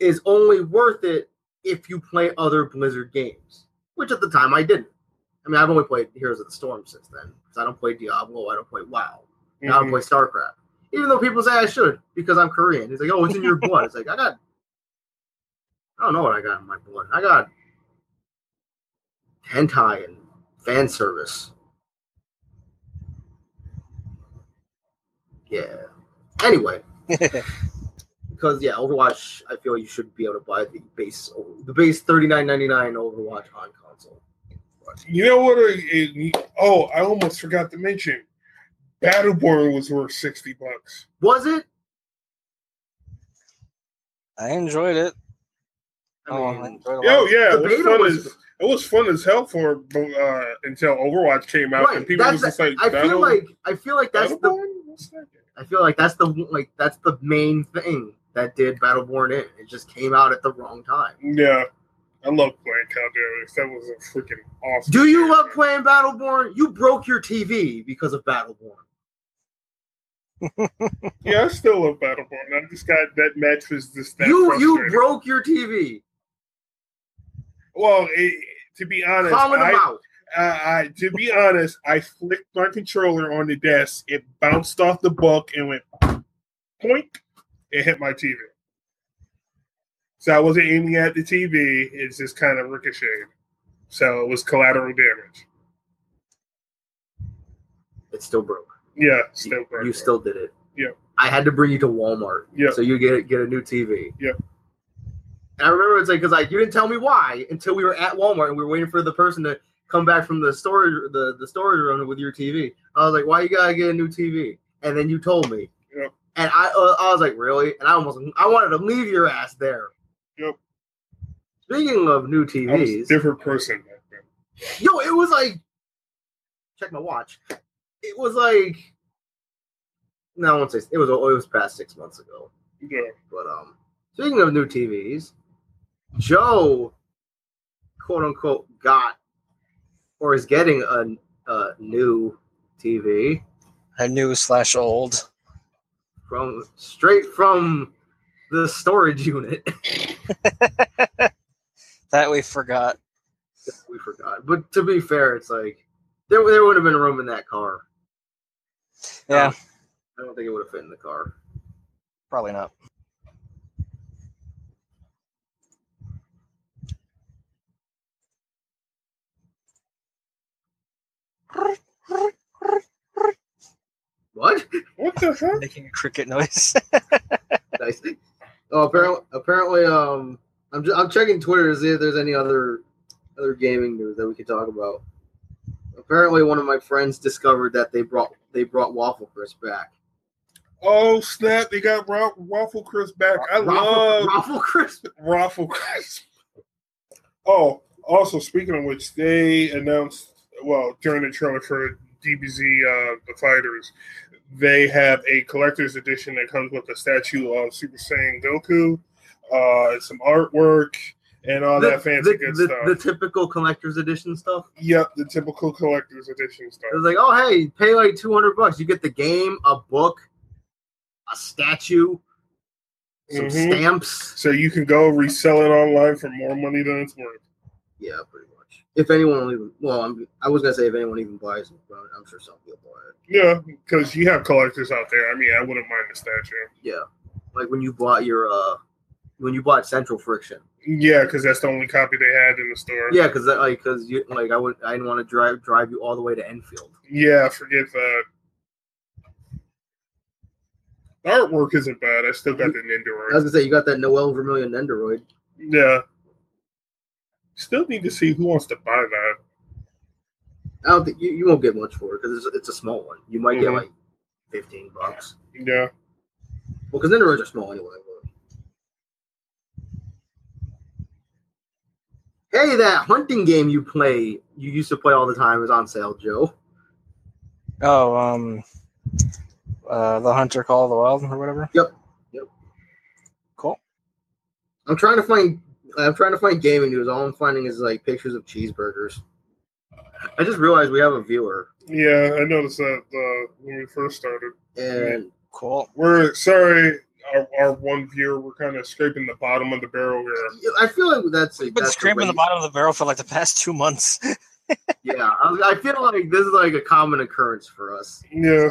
S1: is only worth it if you play other Blizzard games, which at the time I didn't. I mean, I've only played Heroes of the Storm since then because I don't play Diablo, I don't play WoW. I
S2: Mm-hmm.
S1: don't play StarCraft. Even though people say I should because I'm Korean. He's like, oh, it's in your blood. It's like, I got, I don't know what I got in my blood. I got hentai and fan service. Yeah. Anyway, because yeah, Overwatch, I feel you should be able to buy the base the base thirty nine ninety nine Overwatch on console.
S2: You know what? I, oh, I almost forgot to mention. Battleborn was worth sixty bucks.
S1: Was it?
S3: I enjoyed it.
S1: I
S3: Oh,
S1: mean,
S3: I enjoyed it a
S2: Oh
S3: lot.
S1: The
S2: yeah, it was
S1: beta
S2: fun
S1: was-
S2: as it was fun as hell for uh, until Overwatch came out
S1: Right,
S2: and people was
S1: that's-
S2: just like,
S1: I feel
S2: "Battle-
S1: like I feel like that's the
S2: Battleborn? What's that?"
S1: I feel like that's the like that's the main thing that did Battleborn in. It just came out at the wrong time.
S2: Yeah, I love playing Cowboys. That was a freaking awesome.
S1: Do you
S2: game,
S1: love
S2: man.
S1: playing Battleborn? You broke your TV because of Battleborn.
S2: Yeah, I still love Battleborn. I just got that match was just that
S1: You you
S2: frustrating.
S1: broke your TV.
S2: Well, it, to be honest,
S1: Calling them
S2: I,
S1: out.
S2: I, I to be honest, I flicked my controller on the desk. It bounced off the book and went point. It hit my TV. So I wasn't aiming at the TV. It's just kind of ricocheted. So it was collateral damage.
S1: It's still broke.
S2: Yeah,
S1: You,
S2: still
S1: you still did it.
S2: Yeah.
S1: I had to bring you to Walmart.
S2: Yeah.
S1: So you get get a new TV.
S2: Yeah.
S1: And I remember it's like because like you didn't tell me why until we were at Walmart and we were waiting for the person to come back from the storage the, the storage room with your TV. I was like, why you gotta get a new TV? And then you told me.
S2: Yeah.
S1: And I uh, I was like, really? And I almost I wanted to leave your ass there.
S2: Yep.
S1: Speaking of new
S2: I was a
S1: TVs,
S2: different person back then.
S1: yo, it was like check my watch. It was like no, I won't say it was it was past six months ago.
S2: Yeah.
S1: But um, speaking of new TVs, Joe, quote unquote, got or is getting a, a new TV
S3: A new slash old.
S1: from straight from the storage unit.
S3: That we forgot.
S1: we forgot, but to be fair, it's like there there would have been room in that car.
S3: Yeah,
S1: Um, I don't think it would have fit in the car.
S3: probably not.
S1: What?
S2: What the heck?
S3: Making a cricket noise.
S1: nice. Oh, apparently, apparently, um, I'm just, I'm checking Twitter to see if there's any other other gaming news that we could talk about. Apparently, one of my friends discovered that they brought they brought Waffle Crisp back.
S2: Oh snap! They got Ra- Waffle Crisp back. I love
S1: Waffle Crisp.
S2: Raffle Crisp. Oh, also speaking of which, they announced well during the trailer for DBZ uh, the Fighters, they have a collector's edition that comes with a statue of Super Saiyan Goku, uh, some artwork, and all that fancy
S1: the,
S2: good
S1: the,
S2: stuff.
S1: the typical collector's edition stuff.
S2: yep, the typical collector's edition stuff.
S1: It was like, oh hey, pay like two hundred bucks, you get the game, a book, a statue, some
S2: Mhm.
S1: stamps.
S2: So you can go resell it online for more money than it's worth.
S1: Yeah, pretty much. If anyone will even, well, I'm, I was gonna say if anyone even buys it, but I'm sure some people buy it.
S2: Yeah, because you have collectors out there. I mean, I wouldn't mind the statue.
S1: like when you bought your uh when you bought Central Friction.
S2: Yeah, because that's the only copy they had in the store.
S1: Yeah, because like because you like I would I didn't want to drive drive you all the way to Enfield.
S2: Yeah, forget that. The artwork isn't bad. I still got the
S1: I was
S2: Nindoroid.
S1: gonna say you got that Noel Vermillion Nendoroid.
S2: Yeah. Still need to see who wants to buy that.
S1: I don't think you, you won't get much for it because it's, it's a small one. You might get
S2: Mhm.
S1: like fifteen bucks.
S2: Yeah.
S1: Well, because Nendoroids are small anyway. but- Hey, that hunting game you play, you used to play all the time, is on sale, Joe.
S3: oh, um, uh, the hunter call of the wild or whatever.
S1: Yep. Yep.
S3: Cool.
S1: I'm trying to find. I'm trying to find gaming news. All I'm finding is like pictures of cheeseburgers. I just realized we have a viewer,
S2: Yeah, I noticed that uh, when we first started.
S1: and
S3: Cool.
S2: We're sorry, our, our one viewer, we're kind of scraping the bottom of the barrel here.
S1: I feel like that's.
S3: We've been
S1: that's
S3: scraping the
S1: way-
S3: bottom of the barrel for like the past two months.
S1: Yeah, I, was- I feel like this is like a common occurrence for us,
S2: Yeah.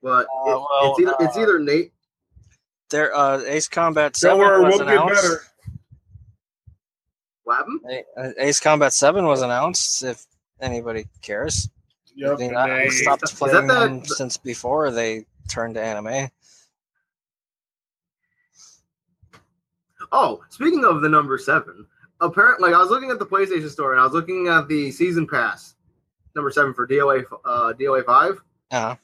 S1: but it-
S3: Uh, well,
S1: it's, either, it's
S3: uh,
S1: either Nate.
S3: There, uh, Ace Combat
S2: Don't
S3: Seven
S2: worry,
S3: was
S2: we'll get
S3: announced.
S2: better.
S1: What happened?
S3: A- Ace Combat Seven was announced. If anybody cares, I,
S2: Yep.
S3: think
S2: And
S3: I I
S2: they,
S3: stopped
S1: Is that
S3: playing
S1: the-
S3: them since before they turned to anime.
S1: Oh, speaking of the number seven, apparently, like, I was looking at the PlayStation Store and I was looking at the season pass number seven for DOA f- uh, DOA five.
S3: Uh,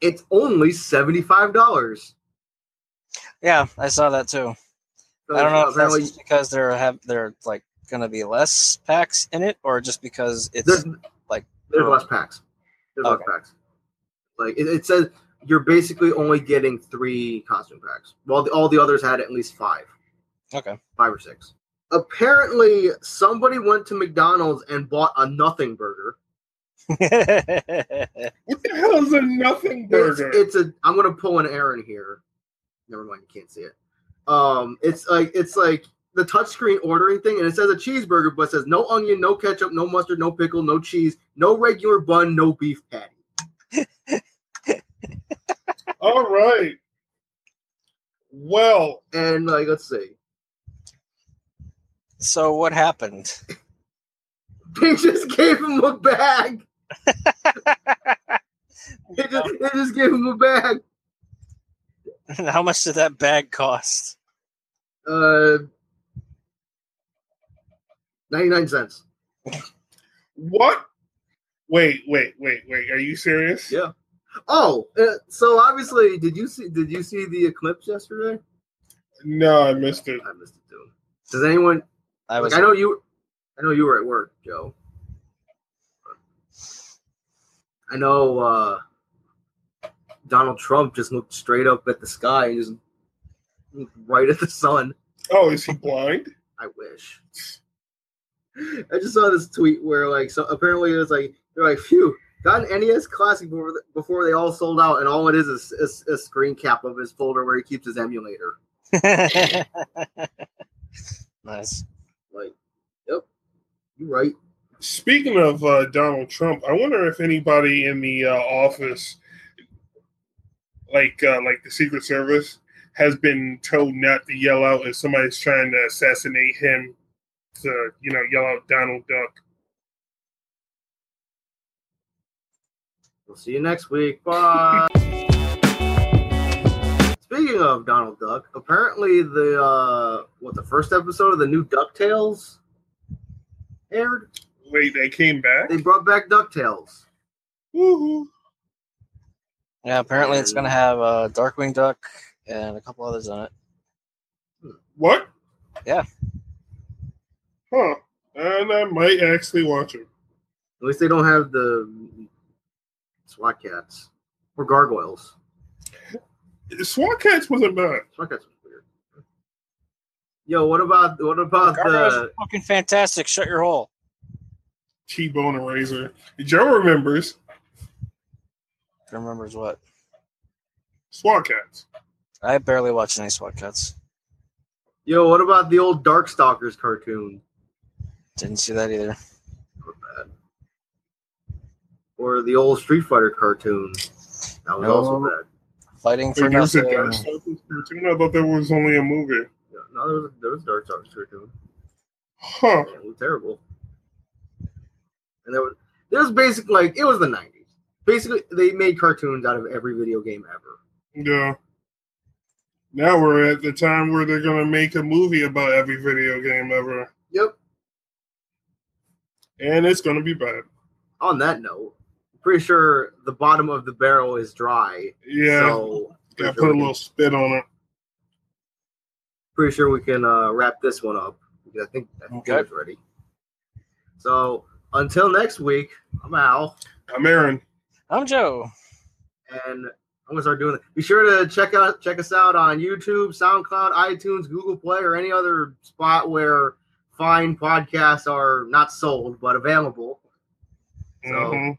S1: It's only seventy five dollars.
S3: yeah, I saw that too. I don't know if that's just because there have they're like going to be less packs in it, or just because it's
S1: there's
S3: like- oh.
S1: there's less packs. There's
S3: Okay.
S1: less packs. Like it, it says, you're basically only getting three costume packs. While the, all the others had at least five,
S3: okay.
S1: five or six. Apparently, somebody went to McDonald's and bought a nothing burger.
S2: what the hell is a nothing
S1: It's,
S2: burger?
S1: it's a. I'm gonna pull an Aaron here. Never mind, you can't see it. Um, it's like it's like the touchscreen ordering thing, and it says a cheeseburger, but it says no onion, no ketchup, no mustard, no pickle, no cheese, no regular bun, no beef patty.
S2: All right. Well,
S1: And like, let's see,
S3: so what happened?
S1: they just gave him a bag. They just, they just gave him a bag.
S3: And how much did that bag cost?
S1: Uh, ninety nine cents.
S2: what? Wait, wait, wait, wait. Are you serious?
S1: Yeah. Oh, uh, so obviously, did you see? Did you see the eclipse yesterday?
S2: No, I missed it.
S1: I missed it too. Does anyone?
S3: I was
S1: like, I know you. I know you were at work, Joe. I know uh, Donald Trump just looked straight up at the sky and just looked right at the sun.
S2: Oh, is he blind?
S1: I wish. I just saw this tweet where like so apparently it was like they're like phew got an NES classic before, th- before they all sold out and all it is is, is a screen cap of his folder where he keeps his emulator.
S3: nice.
S1: Like, yep, you right.
S2: Speaking of uh, Donald Trump, I wonder if anybody in the uh, office, like uh, like the Secret Service, has been told not to yell out if somebody's trying to assassinate him. To you know, yell out Donald Duck.
S1: We'll see you next week. Bye. Speaking of Donald Duck, apparently the uh what the first episode of the new DuckTales aired.
S2: Wait, they came back.
S1: They brought back DuckTales.
S2: Woohoo!
S3: Yeah, apparently it's gonna have a uh, Darkwing Duck and a couple others on it.
S2: What?
S3: Yeah.
S2: Huh. And I might actually watch it.
S1: At least they don't have the SWAT cats or gargoyles.
S2: SWAT Cats wasn't bad.
S1: SWAT cats was weird. Yo, what about what about
S3: Gargoyles
S1: the
S3: are fucking fantastic. Shut your hole.
S2: T-Bone Eraser. Joe remembers
S3: Remembers what?
S2: SWAT Cats.
S3: I barely watch any SWAT cuts.
S1: yo? What about the old Darkstalkers cartoon
S3: Didn't see that either.
S1: or the old Street Fighter cartoon? That was
S3: No.
S1: also bad.
S3: Fighting for
S2: Wait, there's a
S3: nothing.
S2: Darkstalkers cartoon? I thought there was only a movie.
S1: Yeah, no, there was there was Dark Star cartoon.
S2: Huh.
S1: It was terrible. And there was there was basically like it was the nineties. Basically, they made cartoons out of every video game ever.
S2: Yeah. Now we're at the time where they're gonna make a movie about every video game ever,
S1: Yep.
S2: and it's gonna be bad.
S1: On that note, pretty sure the bottom of the barrel is dry.
S2: Yeah,
S1: So
S2: I
S1: pretty
S2: put
S1: sure,
S2: a
S1: we can,
S2: little spit on it.
S1: pretty sure we can uh, wrap this one up because I think I think
S3: Okay.
S1: it's ready. So until next week, I'm Al,
S2: I'm Aaron.
S3: I'm Joe.
S1: and I'm gonna start doing it. Be sure to check out check us out on YouTube, SoundCloud, iTunes, Google Play, or any other spot where fine podcasts are not sold but available. So-
S2: Mhm.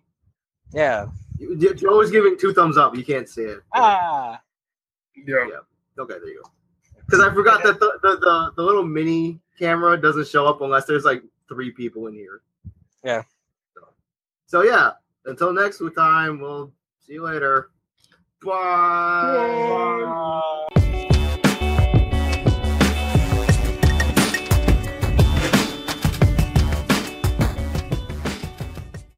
S3: Yeah.
S1: You- you- You're always giving two thumbs up. You can't see it.
S3: Ah.
S2: Yeah.
S1: Okay, there you go. Because I forgot that the, the, the, the little mini camera doesn't show up unless there's like three people in here.
S3: Yeah.
S1: So, so yeah. Until next time, we'll see you later. Bye.
S2: Bye.